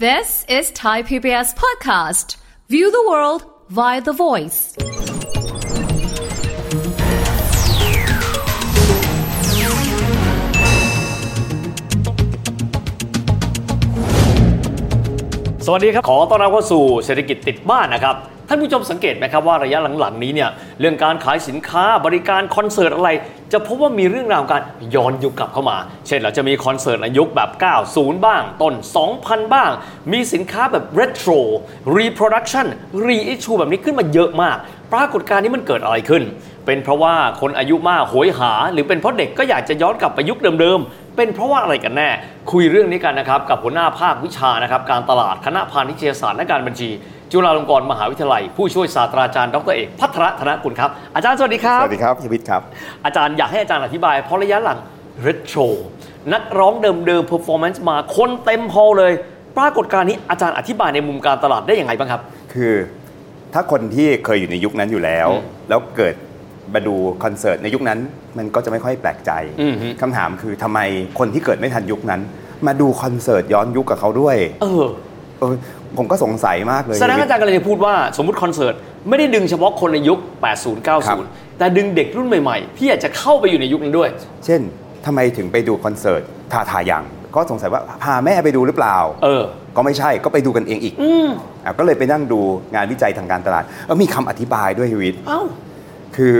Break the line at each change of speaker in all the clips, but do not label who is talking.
This is Thai PBS Podcast. View the world via the voice.
สวัสดีครับ ขอต้อนรับเข้าสู่เศรษฐกิจติดบ้านนะครับ ท่านผู้ชมสังเกตไหมครับว่าระยะหลังๆนี้เนี่ยเรื่องการขายสินค้าบริการคอนเสิร์ตอะไร จะพบว่ามีเรื่องราวการย้อนยุคกลับเข้ามา เช่นเราจะมีคอนเสิร์ตในยุคแบบ 90 บ้าง ต้น 2000 บ้าง มีสินค้าแบบ retro reproduction reissue แบบนี้ขึ้นมาเยอะมาก ปรากฏการณ์นี้มันเกิดอะไรขึ้น เป็นเพราะว่าคนอายุมากโหยหา หรือเป็นเพราะเด็กก็อยากจะย้อนกลับไปยุคเดิมๆ เป็นเพราะว่าอะไรกันแน่ คุยเรื่องนี้กันนะครับ กับหัวหน้าภาควิชานะครับ การตลาดคณะพาณิชยศาสตร์และการบัญชี จุฬาลงกรณ์มหาวิทยาลัย ผู้ช่วยศาสตราจารย์ดรเอกพัทรธนกุลครับ อาจารย์สวัสดีครับ
สวัสดีครับชีวิตครับ
อาจารย์อยากให้อาจารย์อธิบายเพราะระยะหลังเรโทรนักร้องเดิมๆเพอร์ฟอร์แมนซ์มาคนเต็มฮอลล์เลย ปรากฏการณ์นี้อาจารย์อธิบายในมุมการตลาดได้อย่างไรบ้างครับ
คือถ้าคนที่เคยอยู่ในยุคนั้นอยู่แล้ว
อืม
แล้วเกิดมาดูคอนเสิร์ตในยุคนั้น มันก็จะไม่ค่อยแปลกใจ
อืมฮึ
คำถามคือทำไมคนที่เกิดไม่ทันยุคนั้น มาดูคอนเสิร์ตย้อนยุคกับเขาด้วย
เออ
เออผมก็สงสัยมากเลย
แสดงว่าอาจารย์กำลังจะพูดว่าสมมติคอนเสิร์ต ไม่ได้ดึงเฉพาะคนในยุค 80 90 แต่ดึงเด็กรุ่นใหม่ๆ ที่อยากจะเข้าไปอยู่ในยุคนั้นด้วย
เช่นทำไมถึงไปดูคอนเสิร์ตทาทายังก็สงสัยว่าพาแม่ไปดูหรือเปล่า
เออ
ก็ไม่ใช่ก็ไปดูกันเองอีกอ่ะก็เลยไปนั่งดูงานวิจัยทางการตลาดเออมีคำอธิบายด้วยชีวิต
เอ้า
คือ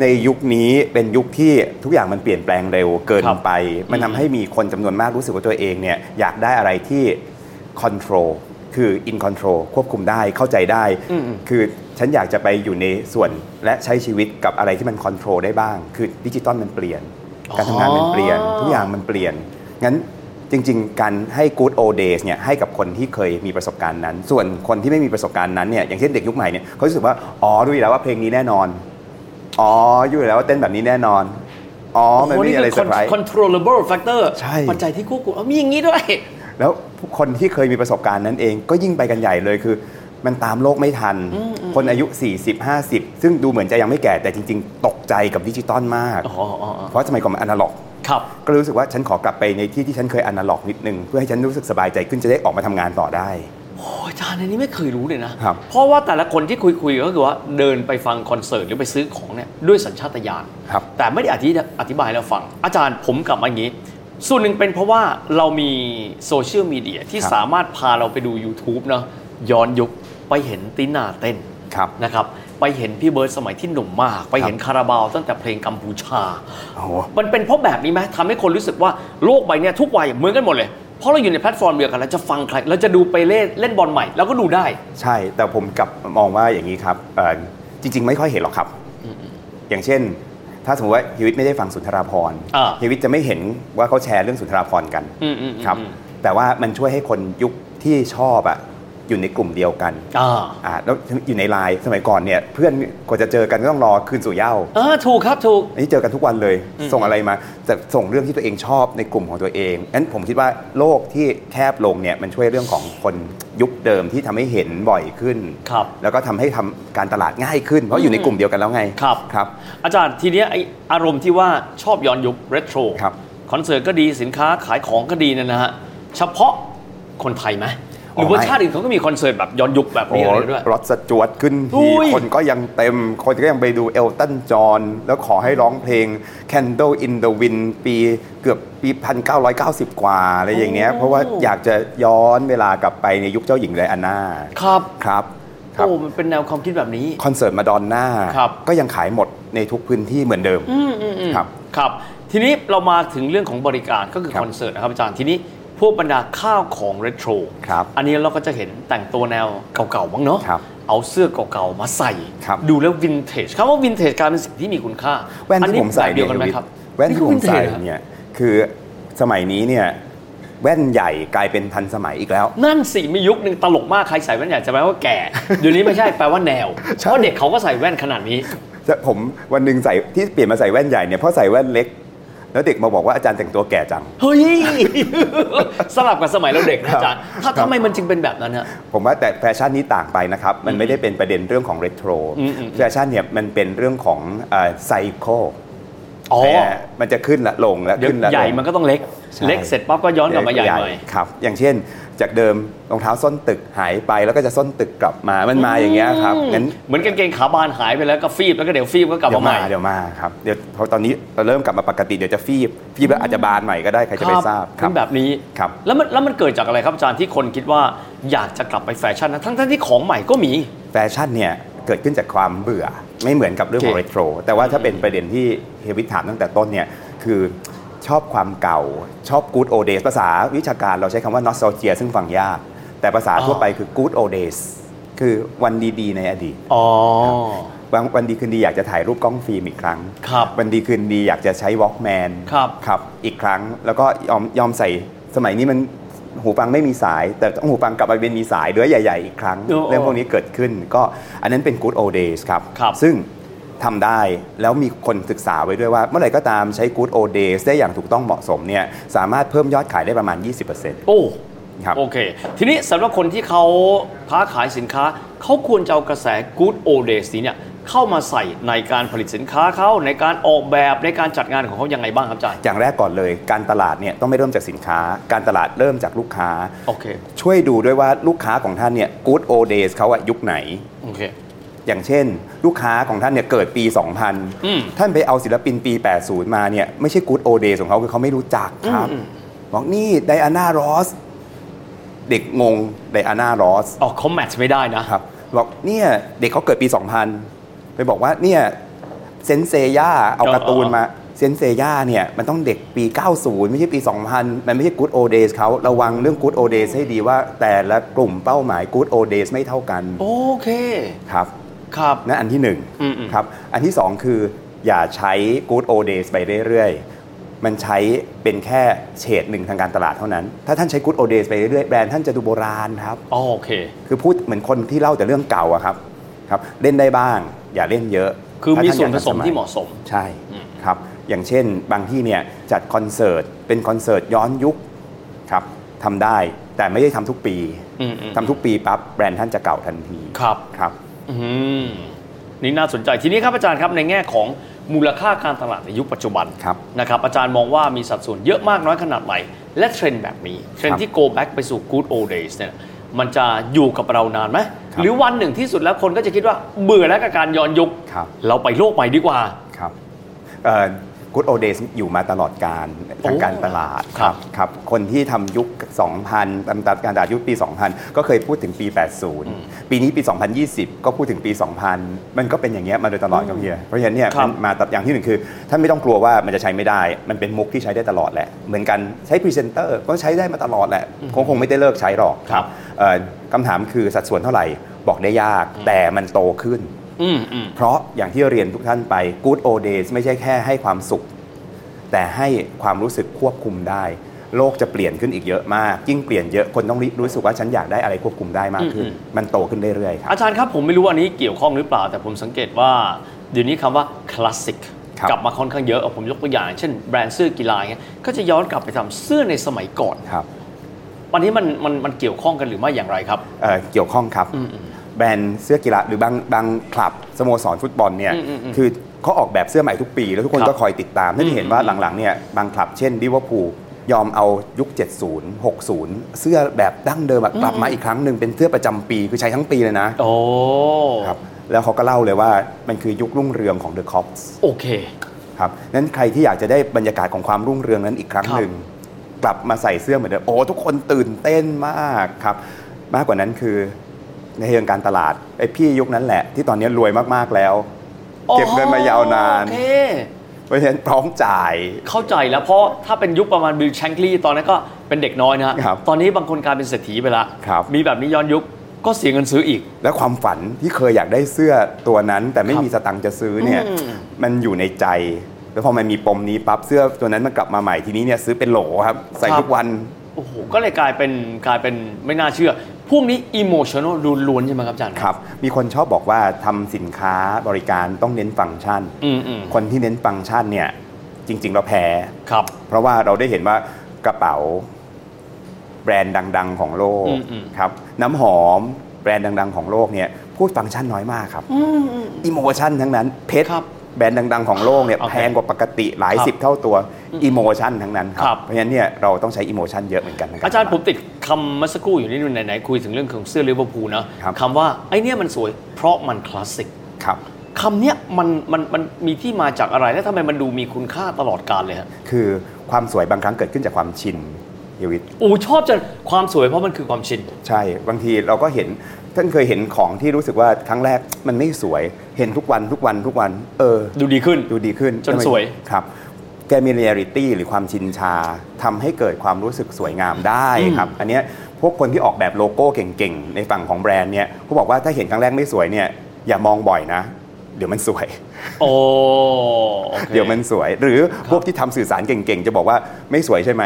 ในยุคนี้เป็นยุคที่ทุกอย่างมันเปลี่ยนแปลงเร็วเกินไป มันทำให้มีคนจำนวนมากรู้สึกว่าตัวเองเนี่ยอยากได้อะไรที่ control คือ in control ควบคุมได้เข้าใจได้
อืมอืม
คือฉันอยากจะไปอยู่ในส่วนและใช้ชีวิตกับอะไรที่มัน control ได้บ้าง คือดิจิตอลมันเปลี่ยน การทำงานมันเปลี่ยน ทุกอย่างมันเปลี่ยน งั้นจริง ๆ การให้ good old days เนี่ยให้กับคนที่เคยมีประสบการณ์นั้น ส่วนคนที่ไม่มีประสบการณ์นั้นเนี่ยอย่างเช่นเด็กยุคใหม่เนี่ยเขารู้สึกว่าอ๋อรู้อยู่แล้วว่าเพลงนี้แน่นอน อ๋ออยู่แล้วว่าเต้นแบบนี้แน่นอน อ๋อ มันไม่มีอะไรเซอร์ไพรส์
controllable factor
ใช่
ปัจจัยที่ควบคุมเอามีอย่างนี้ด้วย
แล้วคนที่เคยมีประสบการณ์นั้นเองก็ยิ่งไปกันใหญ่เลยคือ มันตามโลกไม่ทัน คนอายุ 40 50 ซึ่งดูเหมือนจะยังไม่แก่แต่จริง ๆ ตกใจกับดิจิตอลมาก
อ๋ออ๋ออ๋อ
เพราะสมัยก่อนมันอนาล็อก
ครับ
ก็รู้สึกว่าฉันขอกลับไปในที่ที่ฉันเคยอนาล็อกนิดนึง เพื่อให้ฉันรู้สึกสบายใจขึ้นจะได้ออกมาทำงานต่อได้
โอ้ยอาจารย์อันนี้ไม่เคยรู้เลยนะ
ครับ
เพราะว่าแต่ละคนที่คุยคุยๆก็คือว่าเดินไปฟังคอนเสิร์ตหรือไปซื้อของเนี่ยด้วยสัญชาตญาณ
ครับ
แต่ไม่ได้อธิอธิบายแล้วฟัง อาจารย์ผมกลับมาอย่างนี้ ส่วนหนึ่งเป็นเพราะว่าเรามีโซเชียลมีเดียที่สามารถพาเราไปดู YouTube เนาะย้อนยุคไปเห็นตินาเต้น
ครับ
นะครับไปเห็นพี่เบิร์ดสมัยที่หนุ่มมาก ไปเห็นคาราบาวตั้งแต่เพลงกัมพูชา
โอ้โห
มันเป็นเพราะแบบนี้ไหมทำให้คนรู้สึกว่าโลกใบเนี้ยทุกวัยเหมือนกันหมดเลย เพราะเราอยู่ในแพลตฟอร์มเดียวกันแล้วจะฟังใครเราจะดูไปเล่นเล่นบอลใหม่แล้วก็ดูได้
ใช่ แต่ผมกลับมองว่าอย่างนี้ครับเอ่อจริง ๆ ไม่ค่อยเห็นหรอกครับ อย่างเช่น ถ้าสมมติว่าชีวิตไม่ได้ฟังสุนทราพรณ์
อ่า
ชีวิตจะไม่เห็นว่าเขาแชร์เรื่องสุนทราพรณ์กัน
อืมอืมอืม
ครับ
อืม
แต่ว่ามันช่วยให้คนยุคที่ชอบอะอยู่ในกลุ่มเดียวกัน
อ่า
อ่าแล้วอยู่ในไลน์สมัยก่อนเนี่ยเพื่อนกว่าจะเจอกันก็ต้องรอคืนสู่เหย้า
เออถูกครับถูก
อันนี้เจอกันทุกวันเลย ส่งอะไรมาแต่ส่งเรื่องที่ตัวเองชอบในกลุ่มของตัวเองงั้นผมคิดว่าโลกที่แคบลงเนี่ยมันช่วยเรื่องของคนยุคเดิมที่ทำให้เห็นบ่อยขึ้น
ครับ
แล้วก็ทำให้ทำการตลาดง่ายขึ้น เพราะอยู่ในกลุ่มเดียวกันแล้วไง
ครับ
ครับ
อาจารย์ทีเนี้ยไออารมณ์ที่ว่าชอบย้อนยุคเรโทร
ครับ
คอนเสิร์ตก็ดีสินค้าขายของก็ดีเนยนะฮะเฉพาะคนไทยไหมหรือว่า
ไม่
ชาติอื่นเขาก็มีคอนเสิร์ตแบบย้อนยุคแบบ
โอ้
นี้
โห
อะไรด้วย
รถสจวดขึ้น
อุ้
ที
ย
คนก็ยังเต็ม คนก็ยังไปดูเอลตันจอห์นแล้วขอให้ร้องเพลง Candle in the Wind ปีเกือบปี 1990 กว่าอะไรอย่างเงี้ยเพราะว่าอยากจะย้อนเวลากลับไปในยุคเจ้าหญิงไดอาน่า
ครับ
ครับครับ
โอ้มันเป็นแนวความคิดแบบนี้
คอนเสิร์ตมาดอนน่า
ครับ
ก็ยังขายหมดในทุกพื้นที่เหมือนเดิมครับ
ครับทีนี้เรามาถึงเรื่องของบริการก็คือ
ครับ
คอนเสิร์ตนะครับอาจารย์ทีนี้พวกบรรดาข้าวของเรโทร
ครับ
อันนี้เราก็จะเห็นแต่งตัวแนวเก่าๆบ้างเนาะ
ครับ
เอาเสื้อเก่าๆมาใส่
ครับ
ดูแล้ววินเทจคำว่าวินเทจกลารเป็นสิ่งที่มีคุณค่า
แว่นที่
อั
ผมใส่
แบบเดียวกันไหมครับ
แว่นที่ผมใส่
นี่ก็ vintage เหรอ
เนี่ยคือสมัยนี้เนี่ยแว่นใหญ่กลายเป็นทันสมัยอีกแล้ว
นั่นสิมียุคหนึ่งตลกมากใครใส่แว่นใหญ่จะแปลว่าแก่ เดี๋ยวนี้ไม่ใช่แปลว่าแนว
ใช่
เพราะเด็กเขาก็ใส่แว่นขนาดนี้
แต่ผมวันหนึ่งใส่ที่เปลี่ยนมาใส่แว่นใหญ่เนี่ยเพราะใส่แว่นเล็ก แล้วเด็กมาบอกว่าอาจารย์แต่งตัวแก่จัง
เฮ้ย สลับกับสมัยเราเด็กนะอาจารย์
ครั
ถ้า
บ
ทำไมมันจึงเป็นแบบนั้นฮะ
ผมว่าแต่แฟชั่นนี้ต่างไปนะครับ มันไม่ได้เป็นประเด็นเรื่องของเรโทร
อืมอืม
แฟชั่นเนี่ยมันเป็นเรื่องของไซโค
อ๋อ
มันจะขึ้นละลงและ
เดี๋ยว
ขึ้นละลง
ใหญ่มันก็ต้องเล็ก
ใช่
เล็กเสร็จปั๊บก็ย้อนกลับมาใหญ่ใหม่
ครับ อย่างเช่น จากเดิมรองเท้าส้นตึกหายไปแล้วก็จะส้นตึกกลับมามันมาอย่างเงี้ยครับงั้น
เหมือนกางเกงขาบานหายไปแล้วก็ฟีบแล้วก็เดี๋ยวฟีบก็กลับ
เดี๋ย
มาว ให
มา
ม่
เดี๋ยวมาครับเดี๋ยวเพราะตอนนี้เราเริ่มกลับมาปกติเดี๋ยวจะฟีบฟีบแล้วอาจจะบานใหม่ก็ได้ใครจะไปทราบค
เป็
รับ
นแบบนี้
ครับ
แล้วมันแล้วมันเกิดจากอะไรครับอาจารย์ที่คนคิดว่าอยากจะกลับไปแฟชั่นนะทั้งทั้งที่ของใหม่ก็มี
แฟชั่นเนี่ยเกิดขึ้นจากความเบื่อไม่เหมือนกับเรื่องของ
โอเค
เรโทรแต่ว่าถ้าเป็นประเด็นที่เฮยวิทถามตั้งแต่ต้นเนี่ยคือชอบความเก่า ชอบกู๊ดโอเดสภาษาวิชาการเราใช้คำว่านอสโซเจียซึ่งฟังยาก แต่ภาษา
อ๋อ
ทั่วไปคือกู๊ดโอเดสคือวันดีๆในอดีต
อ๋อ
บางวันดีคืนดีอยากจะถ่ายรูปกล้องฟิล์มอีกครั้ง
ครับ
วันดีคืนดีอยากจะใช้วอล์กแมน
ครับ
ครับ อีกครั้ง แล้วก็ยอมยอมใส่สมัยนี้มันหูฟังไม่มีสาย แต่ต้องหูฟังกลับมาเป็นมีสายเดือใหญ่ ๆ อีกครั้ง
โอ้โอ้
เรื่องพวกนี้เกิดขึ้น ก็อันนั้นเป็น good old days ครับ
ครับ
ซึ่งทำได้แล้วมีคนศึกษาไว้ด้วยว่า เมื่อไหร่ก็ตามใช้ good old days ได้อย่างถูกต้องเหมาะสมเนี่ยสามารถเพิ่มยอดขายได้ประมาณ 20%
โอ้
ครับ
โอเค ทีนี้สำหรับคนที่เขาค้าขายสินค้า เขาควรจะเอากระแส good old days นี้เนี่ยเข้ามาใส่ในการผลิตสินค้าเขาในการออกแบบในการจัดงานของเขายังไงบ้างครับอาจารย์
อย่างแรกก่อนเลยการตลาดเนี่ยต้องไม่เริ่มจากสินค้า การตลาดเริ่มจากลูกค้า
โอเค
ช่วยดูด้วยว่าลูกค้าของท่านเนี่ย good old days เขาอะยุคไหน
โอเค
อย่างเช่น ลูกค้าของท่านเนี่ยเกิดปี
อืม
2000 ท่านไปเอาศิลปินปี 80 มาเนี่ยไม่ใช่ good old days ของเขาคือเขาไม่รู้จักครับ
อืม
บอกนี่ไดอาน่ารอส เด็กงงไดอาน่ารอส
อ๋อเขาแมทช์ไม่ได้นะ
ครับบอกเนี่ยเด็กเขาเกิดปี 2000 ไปบอกว่าเนี่ยเซนเซย่าเอาการ์ตูนมาเซนเซย่าเนี่ยมันต้องเด็กปี 90 ไม่ใช่ปี 2000 มันไม่ใช่ good old days เขาระวังเรื่อง good old days ให้ดีว่าแต่ละกลุ่มเป้าหมาย good old days ไม่เท่ากัน
โอเค
ครับ
ครับ
นั่นอันที่หนึ่ง
อืมๆ
ครับอันที่สองคืออย่าใช้ good old days ไปเรื่อยๆ มันใช้เป็นแค่เฉดหนึ่งทางการตลาดเท่านั้น ถ้าท่านใช้ good old days ไปเรื่อยๆแบรนด์ท่านจะดูโบราณครับ
อ๋อโอเค
คือพูดเหมือนคนที่เล่าแต่เรื่องเก่าอะครับครับ เล่นได้บ้าง อย่าเล่นเยอะ
คือมี
ถ้า
ส่วนผ
ท่า
สมที่เหมาะสม
ใช่
อืม
ครับ อย่างเช่นบางที่เนี่ยจัดคอนเสิร์ตเป็นคอนเสิร์ตย้อนยุคครับทำได้แต่ไม่ได้ทำทุกปี
อืมอืม
ทำทุกปีปั๊บแบรนด์ท่านจะเก่าทันที
ครับ
ครับ
อืมนี่น่าสนใจทีนี้ครับอาจารย์ครับในแง่ของมูลค่าการตลาดในยุคปัจจุบัน
ครับ
นะครับ อาจารย์มองว่ามีสัดส่วนเยอะมากน้อยขนาดไหนและเทรนด์แบบนี้ เทรน
ครั
ด์
บ
ที่ go back ไปสู่ good old days เนี่ยมันจะอยู่กับเรานานไหม
ครับ
หรือวันหนึ่งที่สุดแล้วคนก็จะคิดว่าเบื่อแล้วกับการย้อนยุค
ครับ
เราไปโลกใหม่ดีกว่า
ครับกูดโอเดสอยู่มาตลอดการทางการตลาด
ครับ
ครับ คนที่ทำยุค 2000ตามตามการตลาดยุคปี 2000 ก็เคยพูดถึงปี 80 ปีนี้ปี 2020 ก็พูดถึงปี 2000 มันก็เป็นอย่างเงี้ยมาโดยตลอดครับเฮียเพราะฉะนั้นเนี่ย
ครับ
มันมาตัดอย่างที่หนึ่งคือท่านไม่ต้องกลัวว่ามันจะใช้ไม่ได้ มันเป็นมุกที่ใช้ได้ตลอดแหละ เหมือนกันใช้พรีเซนเตอร์ก็ใช้ได้มาตลอดแหละคงคงไม่ได้เลิกใช้หรอกเอ่อคำถามคือสัดส่วนเท่าไหร่บอกได้ยากแต่มันโตขึ้น
อืมอืม
เพราะอย่างที่เรียนทุกท่านไป Good Old Days ไม่ใช่แค่ให้ความสุข แต่ให้ความรู้สึกควบคุมได้ โลกจะเปลี่ยนขึ้นอีกเยอะมาก ยิ่งเปลี่ยนเยอะคนต้องรู้สึกว่าฉันอยากได้อะไรควบคุมได้มากขึ้น
อืม
มันโตขึ้นเรื่อยๆครับ
อาจารย์ครับผมไม่รู้ว่าอันนี้เกี่ยวข้องหรือเปล่า แต่ผมสังเกตว่าเดี๋ยวนี้คำว่าคลาสสิก
ครับ
กลับมาค่อนข้างเยอะเอาผมยกตัวอย่าง เช่นแบรนด์เสื้อกีฬาเงี้ยก็จะย้อนกลับไปทำเสื้อในสมัยก่อน
ครับ
วันนี้มันมันมันเกี่ยวข้องกันหรือไม่อย่างไรครับ
เอ่อเกี่ยวข้องครับ
อืมอืม
แบรนด์เสื้อกีฬาหรือบางบางคลับสโมสรฟุตบอลเนี่ย
อืมอืมอืม
คือเขาออกแบบเสื้อใหม่ทุกปี แล้วทุกคน
ครับ
ก็คอยติดตามท่านจะเห็นว่า
อืมอืม
หลังๆเนี่ยบางคลับเช่นลิเวอร์พูลยอมเอายุค 70 60 เสื้อแบบดั้งเดิมอะกลับมาอีกครั้งหนึ่งเป็นเสื้อประจำปีคือใช้ทั้งปีเลยนะ
โอ้
ครับแล้วเขาก็เล่าเลยว่ามันคือยุครุ่งเรืองของ The Cops
โอเค
ครับนั้นใครที่อยากจะได้บรรยากาศของความรุ่งเรืองนั้นอีกครั้ง
ครับ
หนึ่ง กลับมาใส่เสื้อเหมือนเดิมโอ้ทุกคนตื่นเต้นมากครับ มากกว่านั้นคือในเรื่องการตลาดไอพี่ยุคนั้นแหละ ที่ตอนนี้รวยมากๆแล้ว เก็บเงินมายาวนาน
โอเค
เพราะฉะนั้นพร้อมจ่าย
เข้าใจแล้วเพราะถ้าเป็นยุคประมาณบิลแชงลีตอนนั้นก็เป็นเด็กน้อยนะฮะ
ครับ
ตอนนี้บางคนกลายเป็นเศรษฐีไปละ
ครับ
มีแบบนี้ย้อนยุคก็เสียเงินซื้ออีก
และความฝันที่เคยอยากได้เสื้อตัวนั้น แต่ไม่มีสตังค์จะซื้อเนี่ย
อืม
มันอยู่ในใจ แล้วพอมันมีปมนี้ปั๊บเสื้อตัวนั้นมันกลับมาใหม่ทีนี้เนี่ยซื้อเป็นโหลครับใส่ทุกวัน
โอ้โหก็เลยกลายเป็นกลายเป็นไม่น่าเชื่อ พวกนี้อิโมชันอลล้วนๆใช่ไหมครับอาจารย์
ครับ มีคนชอบบอกว่าทำสินค้าบริการต้องเน้นฟังก์ชัน
อืมอืม
คนที่เน้นฟังก์ชันเนี่ยจริง ๆ เราแพ้
ครับ
เพราะว่าเราได้เห็นว่ากระเป๋าแบรนด์ดัง ๆ ของโลก
อืมอืม
ครับน้ำหอมแบรนด์ดัง ๆ ของโลกเนี่ยพูดฟังก์ชันน้อยมากครับอิโมชันทั้งนั้นเพชร
ครับ
แบรนด์ดัง ๆ ของโลกเนี่ย
โอเค
แพงกว่าปกติหลาย
ครับ
สิบเท่าตัวอิโมชันทั้งนั้นค
ครั
รับ บเพราะฉะนั้นเนี่ยเราต้องใช้อิโมชันเยอะเหมือนกันในก
อาจารย์ผมติดคำเมื่อสักครู่อยู่นิดนึงไหนๆคุยถึงเรื่องของเสื้อลิเวอร์พูลนะครับ คำว่าไอเนี่ยมันสวยเพราะมันคลาสสิก
ครับ
คำเนี้ยมันมันมันมีที่มาจากอะไรและทำไมมันดูมีคุณค่าตลอดกาลเลยฮะ
คือความสวยบางครั้งเกิดขึ้นจากความชินชีวิต
อูชอบจังความสวยเพราะมันคือความชิน
ใช่ บางทีเราก็เห็นท่านเคยเห็นของที่รู้สึกว่าครั้งแรกมันไม่สวยเห็นทุกวันทุกวันทุกวัน เออ
ดูดีขึ้น
ดูดีขึ้น
จนสวย
ครับ แกมีเรียลิตี้หรือความชินชาทำให้เกิดความรู้สึกสวยงามได้ครับ อันเนี้ยพวกคนที่ออกแบบโลโก้เก่งๆ ในฝั่งของแบรนด์เนี่ยเขาบอกว่าถ้าเห็นครั้งแรกไม่สวยเนี่ยอย่ามองบ่อยนะ เดี๋ยวมันสวย
โอ้โอค
เดี๋ยวมันสวย หรือพวกที่ทำสื่อสารเก่งๆ จะบอกว่าไม่สวยใช่ไหม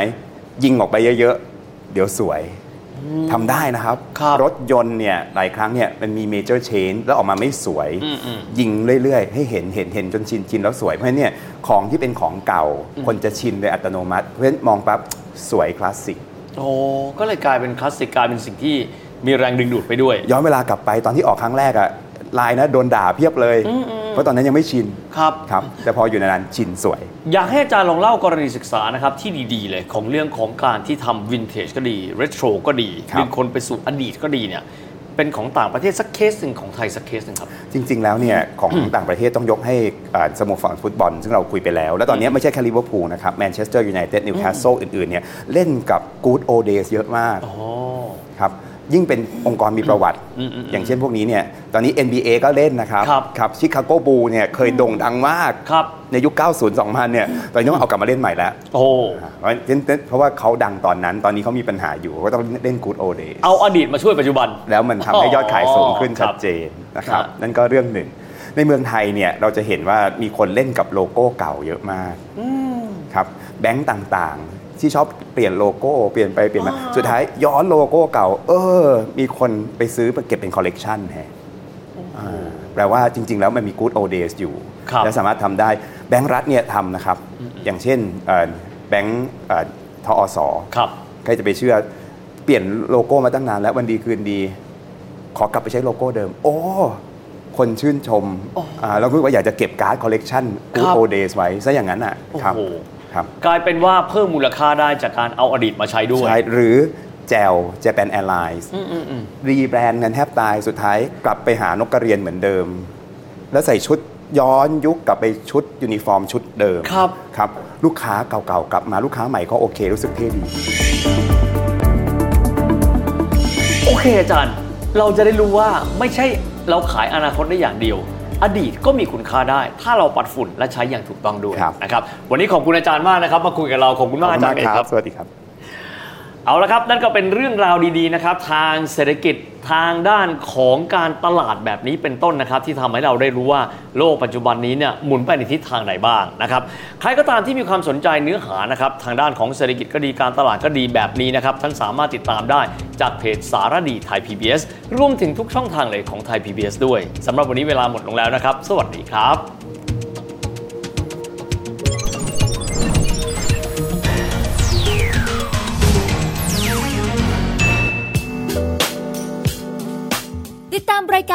ยิงออกไปเยอะๆ เดี๋ยวสวยทำได้นะครับ
ครับ
รถยนต์เนี่ยหลายครั้งเนี่ยมันมีเมเจอร์เชนแล้วออกมาไม่สวย
อืมอืม
ยิงเรื่อยๆ ให้เห็นเห็นเห็นจนชินชินแล้วสวย เพราะฉะนั้นเนี่ยของที่เป็นของเก่า
อืม
คนจะชินโดยอัตโนมัติเพราะฉะนั้นมองปั๊บสวยคลาสสิก
โอ้ก็เลยกลายเป็นคลาสสิกกลายเป็นสิ่งที่มีแรงดึงดูดไปด้วย
ย้อนเวลากลับไปตอนที่ออกครั้งแรกอะไลน์นะโดนด่าเพียบเลย
อืมอืม
เพราะตอนนั้นยังไม่ชิน
ครับ
ครับแต่พออยู่นานๆชินสวย
อยากให้อาจารย์ลองเล่ากรณีศึกษานะครับ ที่ดีๆเลยของเรื่องของการที่ทำวินเทจก็ดีเรโทรก็ดี
ครับ
ดึงคนไปสู่อดีตก็ดีเนี่ย เป็นของต่างประเทศสักเคสหนึ่งของไทยสักเคสหนึ่งครับ
จริง ๆ แล้วเนี่ย ของต่างประเทศต้องยกให้อ่าสโมสรฟุตบอล ซึ่งเราคุยไปแล้ว แล้วตอนนี้ไม่ใช่แค่ลิเวอร์พูลนะครับแมนเชสเตอร์ยูไนเต็ดนิวคาสเซิลอื่น ๆ เนี่ย เล่นกับกู๊ดโอเดสเยอะมาก
อ๋อ
ครับ ยิ่งเป็นองค์กรมีประวัติ
อืมอืมอืม
อย่างเช่นพวกนี้เนี่ย ตอนนี้ NBA ก็เล่นนะครับ
ครับ
ครับชิคาโกบูเนี่ยเคยโด่งดังมาก
ครับ
ในยุค 90 2000 เนี่ย ตอนนี้ต้องเอากลับมาเล่นใหม่แล้ว
โอ้
อ่าเพราะฉะนั้นเพราะว่าเขาดังตอนนั้นตอนนี้เขามีปัญหาอยู่ก็ต้องเล่นกู๊ดโอเดส
เอาอดีตมาช่วยปัจจุบัน
แล้วมันทำให้ยอดขายสูงขึ้น
อ๋อครับ
ชัดเจนนะค
ค
รับ
รับ
นั่นก็เรื่องหนึ่ง ในเมืองไทยเนี่ยเราจะเห็นว่ามีคนเล่นกับโลโก้เก่าเยอะมาก
อืม
ครับแบงก์ต่างๆ ที่ชอบเปลี่ยนโลโก้เปลี่ยนไปเปลี่ยนมา
อ๋อ
สุดท้ายย้อนโลโก้เก่า เออ มีคนไปซื้อมาเก็บเป็นคอลเลกชันแฮะอ่าแปลว่าจริง ๆ แล้วมันมี good old days อยู่
ครับ
และสามารถทำได้แบงก์รัฐเนี่ยทำนะครับ อย่างเช่นเอ่อแบงก์เอ่อทอส
ครับ
ใครจะไปเชื่อเปลี่ยนโลโก้มาตั้งนานแล้ววันดีคืนดี ขอกลับไปใช้โลโก้เดิม โอ้ คนชื่นชม
โอ้
อ่าเราคิดว่าอยากจะเก็บการ์ดคอลเลกชันกู
ครับ
โอเดสไว้ซะอย่างนั้นอ่ะครับ
โอ้โห
ครับ
กลายเป็นว่าเพิ่มมูลค่าได้จากการเอาอดีตมาใช้ด้วย
ใช่หรือแจว Japan Airlines
อืมอืมอืม
รีแบรนด์กันแทบตายสุดท้ายกลับไปหานกกระเรียนเหมือนเดิม แล้วใส่ชุดย้อนยุคกลับไปชุดยูนิฟอร์มชุดเดิม
ครับ
ครับ ลูกค้าเก่าๆกลับมาลูกค้าใหม่ก็โอเครู้สึกเท่ดี
โอเคอาจารย์ เราจะได้รู้ว่าไม่ใช่เราขายอนาคตได้อย่างเดียว อดีตก็มีคุณค่าได้ ถ้าเราปัดฝุ่นและใช้อย่างถูกต้องด้วย
ครับ
นะครับ วันนี้ขอบคุณอาจารย์มากนะครับ มาคุยกับเรา ขอบคุณมากอาจารย์เอกครับ
สวัสดีครับ
เอาละครับ นั่นก็เป็นเรื่องราวดีๆนะครับ ทางเศรษฐกิจทางด้านของการตลาดแบบนี้เป็นต้นนะครับ ที่ทำให้เราได้รู้ว่าโลกปัจจุบันนี้เนี่ยหมุนไปในทิศทางไหนบ้างนะครับ ใครก็ตามที่มีความสนใจเนื้อหานะครับ ทางด้านของเศรษฐกิจก็ดีการตลาดก็ดีแบบนี้นะครับท่านสามารถติดตามได้จากเพจสารดีไทย PBS รวมถึงทุกช่องทางเลยของไทย PBS ด้วยสำหรับวันนี้เวลาหมดลงแล้วนะครับ สวัสดีครับ
ติดตามรายก